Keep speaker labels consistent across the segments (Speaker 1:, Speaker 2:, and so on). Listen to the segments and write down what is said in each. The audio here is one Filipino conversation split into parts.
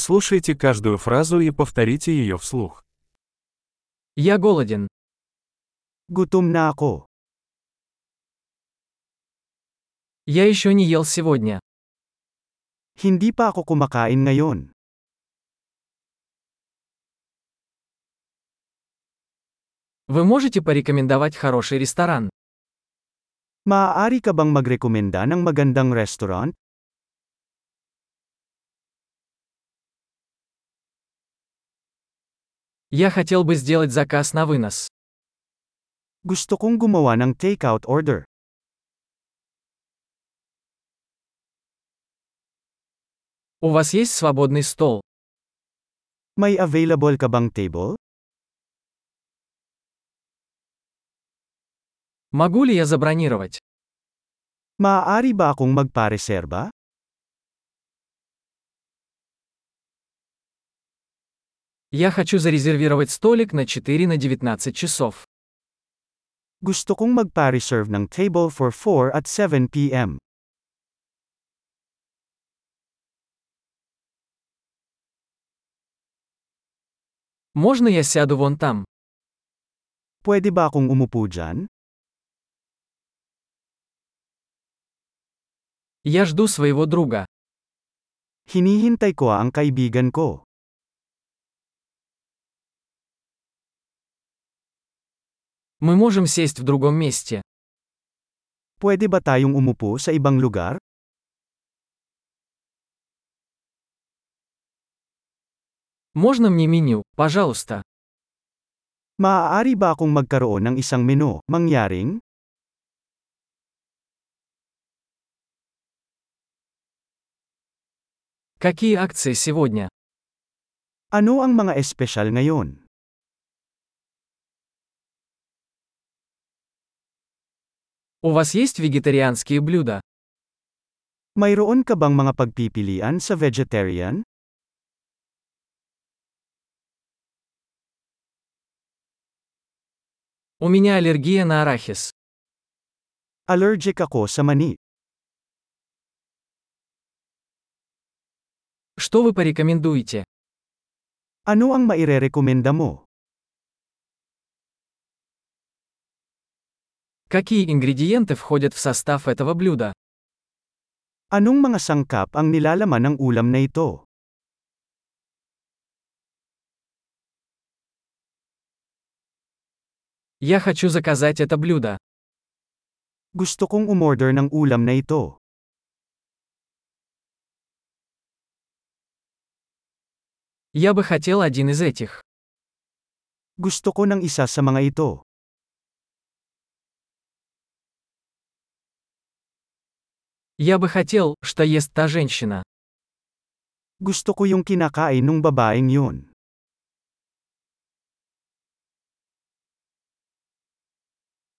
Speaker 1: Прослушайте каждую фразу и повторите ее вслух.
Speaker 2: Я голоден.
Speaker 3: Gutom na ako.
Speaker 2: Я еще не ел сегодня.
Speaker 3: Hindi pa ako kumakain ngayon.
Speaker 2: Вы можете порекомендовать хороший ресторан?
Speaker 3: Maaari ka bang magrekomenda ng magandang restaurant?
Speaker 2: Я хотел бы сделать заказ на вынос.
Speaker 3: Gusto kong gumawa ng takeout order.
Speaker 2: У вас есть свободный стол?
Speaker 3: May available ka bang table?
Speaker 2: Могу ли я забронировать?
Speaker 3: Maaari ba akong magpareserba?
Speaker 2: Я хочу зарезервировать столик на 4 на 19 часов.
Speaker 3: Gusto kong magpa-reserve ng table for 4 at 7 p.m.
Speaker 2: Можно я сяду вон там?
Speaker 3: Pwede ba akong umupo dyan?
Speaker 2: Я жду своего друга.
Speaker 3: Hinihintay ko ah ang kaibigan ko.
Speaker 2: Мы можем сесть в другом месте.
Speaker 3: Pwede ba tayong umupo sa ibang lugar?
Speaker 2: Можно мне меню, пожалуйста?
Speaker 3: Maaari ba akong magkaroon ng isang menu, mangyaring?
Speaker 2: Какие акции сегодня?
Speaker 3: Ano ang mga espesyal ngayon?
Speaker 2: У вас есть вегетарианские блюда?
Speaker 3: Mayroon ka bang mga pagpipilian sa vegetarian?
Speaker 2: У меня аллергия на арахис.
Speaker 3: Allergic ako sa mani.
Speaker 2: Что вы порекомендуете?
Speaker 3: Ano ang mairerekomenda mo?
Speaker 2: Какие ингредиенты входят в состав этого блюда?
Speaker 3: Anong mga sangkap ang nilalaman ng ulam na ito?
Speaker 2: Я хочу заказать это блюдо.
Speaker 3: Gusto kong umorder ng ulam na ito.
Speaker 2: Я бы хотел один из этих.
Speaker 3: Gusto ko ng isa sa mga ito.
Speaker 2: Я бы хотел, что ест та женщина.
Speaker 3: Gusto ko yung kinakain ng babaeng yun.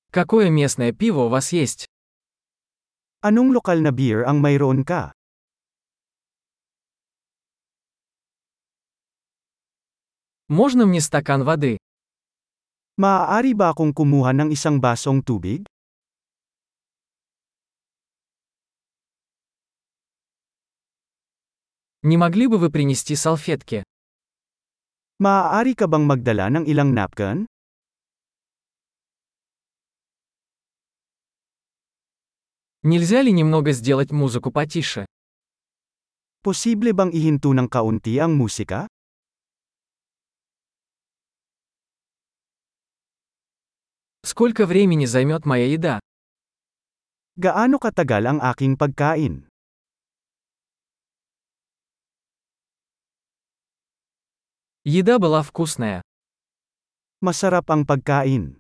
Speaker 2: Какое местное пиво у вас есть?
Speaker 3: Anong lokal na beer ang mayroon ka?
Speaker 2: Можно мне стакан воды?
Speaker 3: Maaari ba akong kumuha ng isang basong tubig?
Speaker 2: Не могли бы вы принести салфетки?
Speaker 3: Maaari ka bang magdala ng ilang napkin?
Speaker 2: Нельзя ли немного сделать музыку потише?
Speaker 3: Posible bang ihinto ng kaunti ang musika?
Speaker 2: Сколько времени займет моя еда?
Speaker 3: Gaano katagal ang aking pagkain?
Speaker 2: Еда была вкусная.
Speaker 3: Masarap ang pagkain.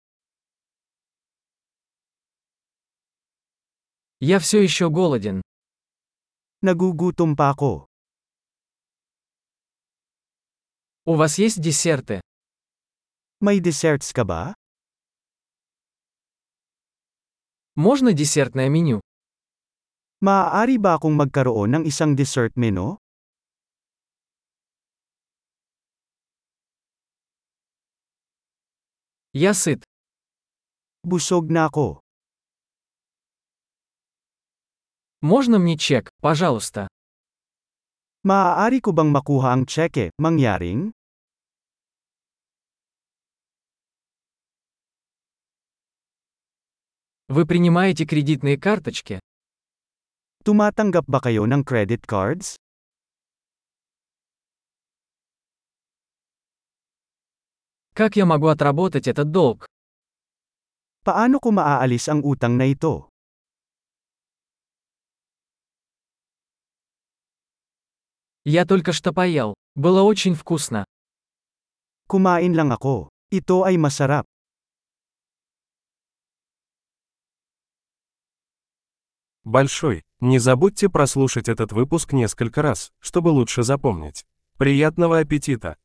Speaker 2: Я все еще голоден.
Speaker 3: Nagugutom pa ako.
Speaker 2: У вас есть десерты?
Speaker 3: May desserts ka ba?
Speaker 2: Можно десертное меню?
Speaker 3: Maaari ba akong magkaroon ng isang dessert menu?
Speaker 2: Я сыт.
Speaker 3: Busog na ako.
Speaker 2: Можно мне чек, пожалуйста?
Speaker 3: Maaari ko bang makuha ang cheque, mangyaring?
Speaker 2: Вы принимаете кредитные карточки?
Speaker 3: Tumatanggap ba kayo ng credit cards?
Speaker 2: Как я могу отработать этот долг?
Speaker 3: Paano ko maaalis ang utang na ito?
Speaker 2: Я только что поел. Было очень вкусно.
Speaker 3: Kumain lang ako. Ito ay masarap.
Speaker 1: Большой. Не забудьте прослушать этот выпуск несколько раз, чтобы лучше запомнить. Приятного аппетита!